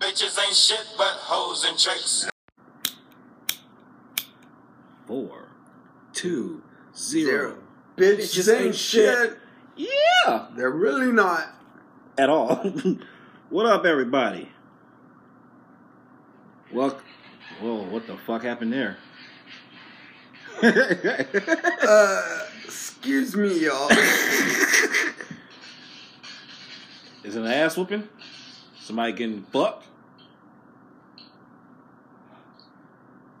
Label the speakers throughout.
Speaker 1: Bitches ain't shit but hoes and tricks.
Speaker 2: Four, two, zero.
Speaker 3: Bitches ain't shit.
Speaker 2: Yeah,
Speaker 3: They're really not.
Speaker 2: at all. what up, everybody? Well, whoa, what the fuck happened there?
Speaker 3: Uh, excuse me, y'all.
Speaker 2: Is it an ass whooping? Somebody getting fucked?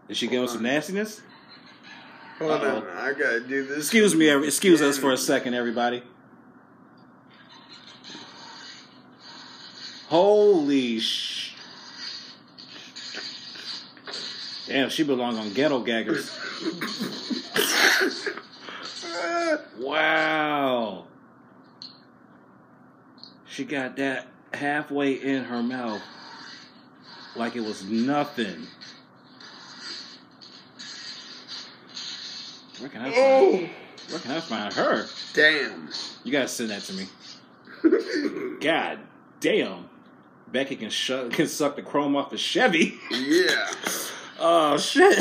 Speaker 2: Is she giving some nastiness?
Speaker 3: Hold
Speaker 2: Uh-oh.
Speaker 3: on, I gotta do this.
Speaker 2: Excuse me, every- excuse us for a second, everybody. Holy sh! Damn, she belong on Ghetto Gaggers. Wow. She got that halfway in her mouth, like it was nothing. Where can I find?
Speaker 3: Oh,
Speaker 2: Where can I find her?
Speaker 3: damn.
Speaker 2: You gotta send that to me. God damn. Becky can shut can suck the chrome off a Chevy.
Speaker 3: yeah.
Speaker 2: Oh shit.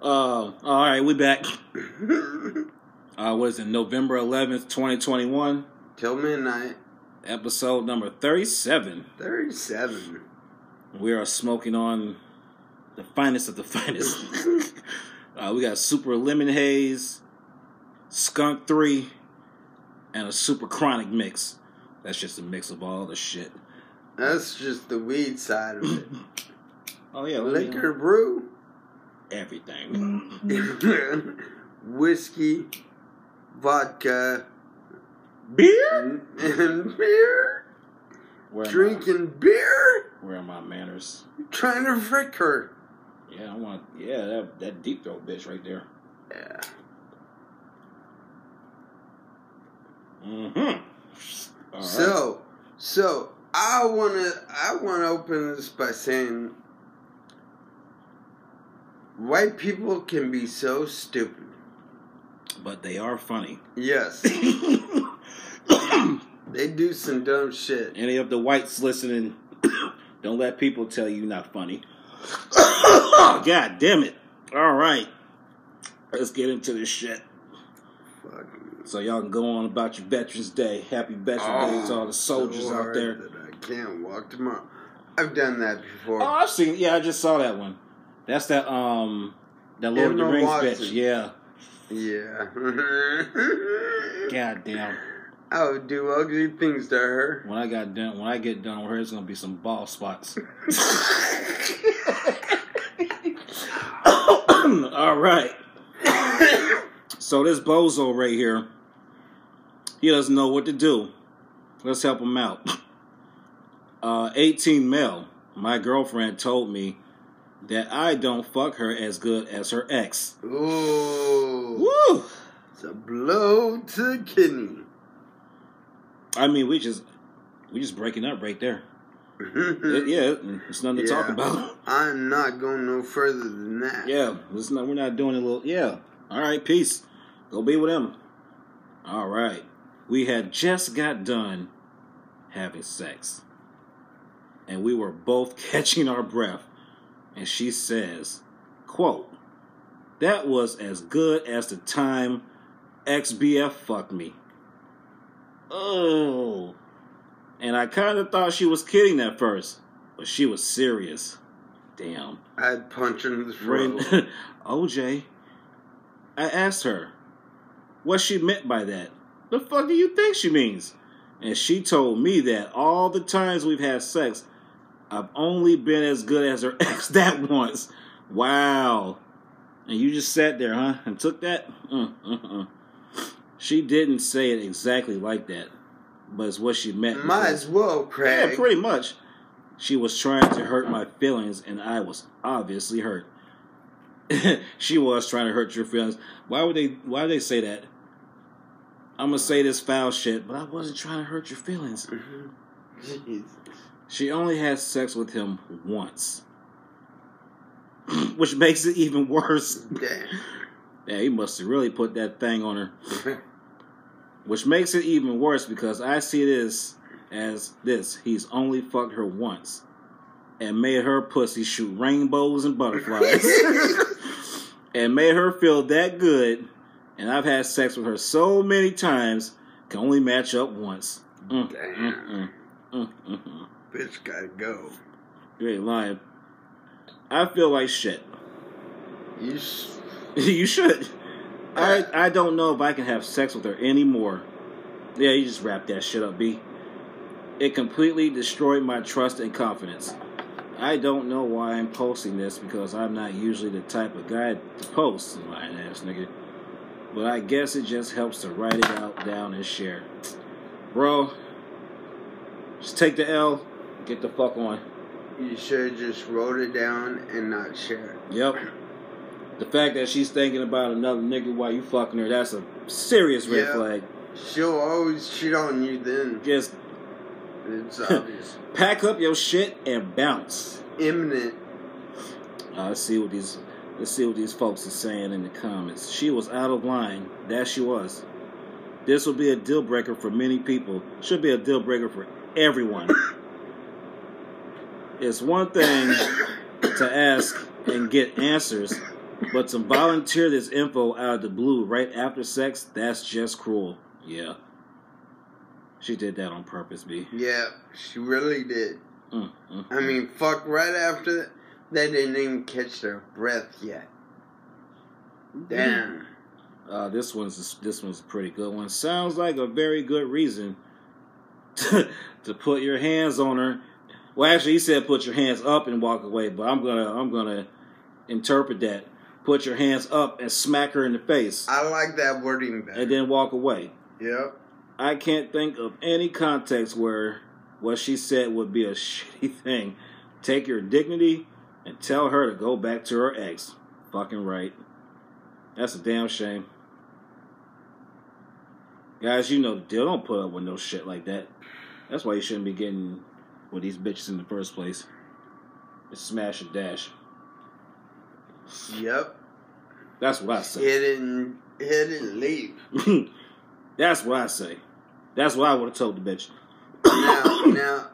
Speaker 2: Oh, all right, we back. Uh, what is it? November eleventh, twenty twenty one,
Speaker 3: Till midnight.
Speaker 2: episode number thirty seven.
Speaker 3: 37.
Speaker 2: We are smoking on the finest of the finest. uh, we got Super Lemon Haze, Skunk Three, and a Super Chronic mix. That's just a mix of all the shit.
Speaker 3: That's just the weed side of it.
Speaker 2: Oh yeah, let me-
Speaker 3: Liquor brew,
Speaker 2: everything.
Speaker 3: whiskey, vodka,
Speaker 2: Beer?
Speaker 3: and, and beer.
Speaker 2: Where am,
Speaker 3: Drinking beer?
Speaker 2: I, where are my manners?
Speaker 3: Trying to frick her.
Speaker 2: Yeah, I want. Yeah, that that deep throat bitch right there.
Speaker 3: Yeah.
Speaker 2: Mm-hmm. All right.
Speaker 3: So, so I wanna I wanna open this by saying white people can be so stupid.
Speaker 2: but they are funny.
Speaker 3: Yes, they do some dumb shit.
Speaker 2: Any of the whites listening, don't let people tell you not funny. God damn it! All right, let's get into this shit.
Speaker 3: Fuck.
Speaker 2: So y'all can go on about your Veterans Day. Happy Veterans Day to Oh, all
Speaker 3: Oh,
Speaker 2: the soldiers
Speaker 3: so
Speaker 2: out
Speaker 3: hard
Speaker 2: there.
Speaker 3: That I can't walk tomorrow. I've done that before.
Speaker 2: Oh, I've seen. Yeah, I just saw that one. That's that um, that Lord of the Rings
Speaker 3: Emerald
Speaker 2: bitch.
Speaker 3: Watson.
Speaker 2: Yeah.
Speaker 3: yeah.
Speaker 2: God damn.
Speaker 3: I would do ugly things to her.
Speaker 2: When I got done, when I get done with her, it's gonna be some ball spots. All right. So this bozo right here, he doesn't know what to do. Let's help him out. Uh, 18 male. My girlfriend told me that I don't fuck her as good as her ex.
Speaker 3: Ooh.
Speaker 2: Woo!
Speaker 3: It's a blow to the kidney.
Speaker 2: I mean, we just we just breaking up right there. It- yeah, it's nothing to talk
Speaker 3: Yeah.
Speaker 2: about.
Speaker 3: Mm-hmm. I'm not going no further than that.
Speaker 2: Yeah, it's not, we're not doing a little. Yeah. All right, peace. Go be with him. All right. We had just got done having sex. And we were both catching our breath. And she says, quote, that was as good as the time XBF fucked me. Oh. And I kind of thought she was kidding at first, but she was serious. Damn.
Speaker 3: I'd punch her in the
Speaker 2: Ren-
Speaker 3: throat.
Speaker 2: OJ, I asked her what she meant by that. The fuck do you think she means? And she told me that all the times we've had sex, I've only been as good as her ex that once. Wow. And you just sat there, huh? And took that? Mm, mm, mm. She didn't say it exactly like that, but it's what she meant.
Speaker 3: Might as well, Craig.
Speaker 2: Yeah, pretty much. She was trying to hurt my feelings, and I was obviously hurt. she was trying to hurt your feelings. Why would they? Why would they say that? I'm gonna say this foul shit, but I wasn't trying to hurt your feelings.
Speaker 3: Mm-hmm. Jeez.
Speaker 2: She only had sex with him once, which makes it even worse. Yeah, he must have really put that thing on her.
Speaker 3: Damn.
Speaker 2: Which makes it even worse because I see this as this. He's only fucked her once. and made her pussy shoot rainbows and butterflies and made her feel that good. And I've had sex with her so many times, can only match up once. Mm, mm,
Speaker 3: Damn,
Speaker 2: mm, mm, mm.
Speaker 3: bitch gotta go.
Speaker 2: You ain't lying. I feel like shit.
Speaker 3: You s-
Speaker 2: you should. I I don't know if I can have sex with her anymore. Yeah, you just wrap that shit up, B. It completely destroyed my trust and confidence. I don't know why I'm posting this because I'm not usually the type of guy to post, lying ass nigga. But I guess it just helps to write it out, down, and share. Bro, just take the L, get the fuck on.
Speaker 3: you should have just wrote it down and not share it.
Speaker 2: Yep. The fact that she's thinking about another nigga while you fucking her, that's a serious red
Speaker 3: Yeah.
Speaker 2: flag.
Speaker 3: She'll always shit on you then.
Speaker 2: Just
Speaker 3: It's obvious.
Speaker 2: pack up your shit and bounce.
Speaker 3: Imminent.
Speaker 2: Uh, let's see what these let's see what these folks are saying in the comments. She was out of line. That she was. This will be a deal breaker for many people. Should be a deal breaker for everyone. it's one thing to ask and get answers, but to volunteer this info out of the blue right after sex, that's just cruel. Yeah. She did that on purpose, B.
Speaker 3: Yeah, she really did.
Speaker 2: Mm, mm.
Speaker 3: I mean, fuck, right after that, they didn't even catch their breath yet. Damn.
Speaker 2: Uh, this one's this one's a pretty good one. Sounds like a very good reason to, to put your hands on her. Well, actually, he said put your hands up and walk away, but I'm gonna I'm gonna interpret that. Put your hands up and smack her in the face,
Speaker 3: I like that wording better.
Speaker 2: and then walk away.
Speaker 3: Yep.
Speaker 2: I can't think of any context where what she said would be a shitty thing. Take your dignity and tell her to go back to her ex. Fucking right. That's a damn shame. Guys, you know the deal. Don't put up with no shit like that. That's why you shouldn't be getting with these bitches in the first place. It's smash and dash.
Speaker 3: Yep.
Speaker 2: That's what I say.
Speaker 3: Hit it and hit it and leave.
Speaker 2: That's what I say. That's what I would have told the bitch.
Speaker 3: now, now,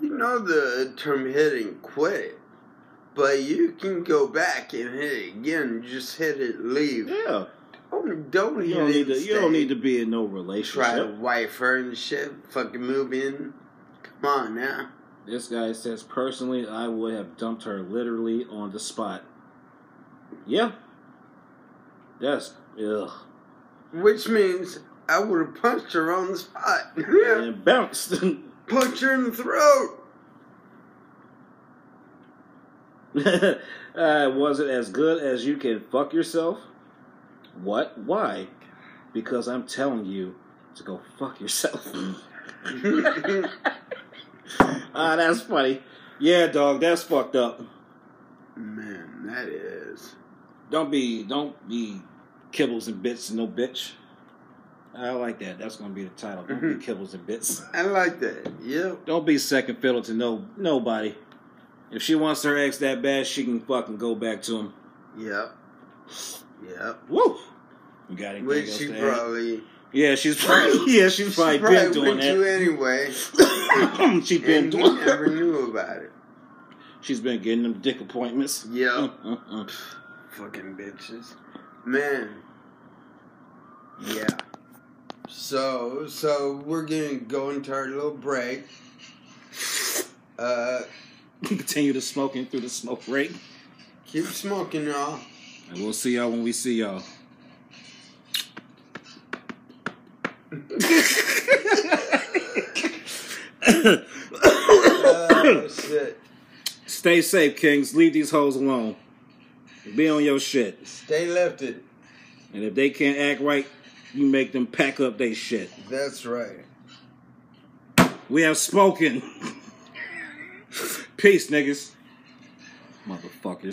Speaker 3: you know the term hit and quit, but you can go back and hit it again. Just hit it, leave.
Speaker 2: Yeah.
Speaker 3: Don't, don't hit
Speaker 2: You don't
Speaker 3: it.
Speaker 2: need to. You
Speaker 3: stay.
Speaker 2: don't need to be in no
Speaker 3: try to
Speaker 2: relationship.
Speaker 3: wife her and shit. Fucking move in. Come on now.
Speaker 2: This guy says personally, I would have dumped her literally on the spot. Yeah. Yes. Ugh.
Speaker 3: Which means I would have punched her on the spot.
Speaker 2: And bounced.
Speaker 3: Punch her in the throat.
Speaker 2: uh, was it as good as you can fuck yourself? What? Why? Because I'm telling you to go fuck yourself. ah, that's funny. Yeah, dog, that's fucked up.
Speaker 3: Man, that is.
Speaker 2: Don't be don't be kibbles and bits and no bitch. I like that. That's gonna be the title. Don't
Speaker 3: Mm-hmm.
Speaker 2: be kibbles and bits.
Speaker 3: I like that. Yep.
Speaker 2: Don't be second fiddle to no nobody. If she wants her ex that bad, she can fucking go back to him.
Speaker 3: Yep. Yep.
Speaker 2: Woo! You got anything
Speaker 3: Which
Speaker 2: else
Speaker 3: she
Speaker 2: to add?
Speaker 3: probably,
Speaker 2: Yeah, she's probably yeah, she's
Speaker 3: she
Speaker 2: probably,
Speaker 3: probably
Speaker 2: been doing
Speaker 3: went to
Speaker 2: that.
Speaker 3: anyway,
Speaker 2: she's been
Speaker 3: and we
Speaker 2: doing
Speaker 3: never knew about it.
Speaker 2: She's been getting them dick appointments.
Speaker 3: Yep.
Speaker 2: Mm, mm, mm.
Speaker 3: Fucking bitches. Man. Yeah. So, so we're gonna go into our little break. Uh,
Speaker 2: Continue to smoking through the smoke break.
Speaker 3: keep smoking, y'all.
Speaker 2: And we'll see y'all when we see y'all.
Speaker 3: Oh, shit.
Speaker 2: Stay safe, Kings. Leave these hoes alone. Be on your shit.
Speaker 3: Stay lifted.
Speaker 2: And if they can't act right, you make them pack up their shit.
Speaker 3: That's right.
Speaker 2: We have spoken. Peace, niggas. Motherfuckers.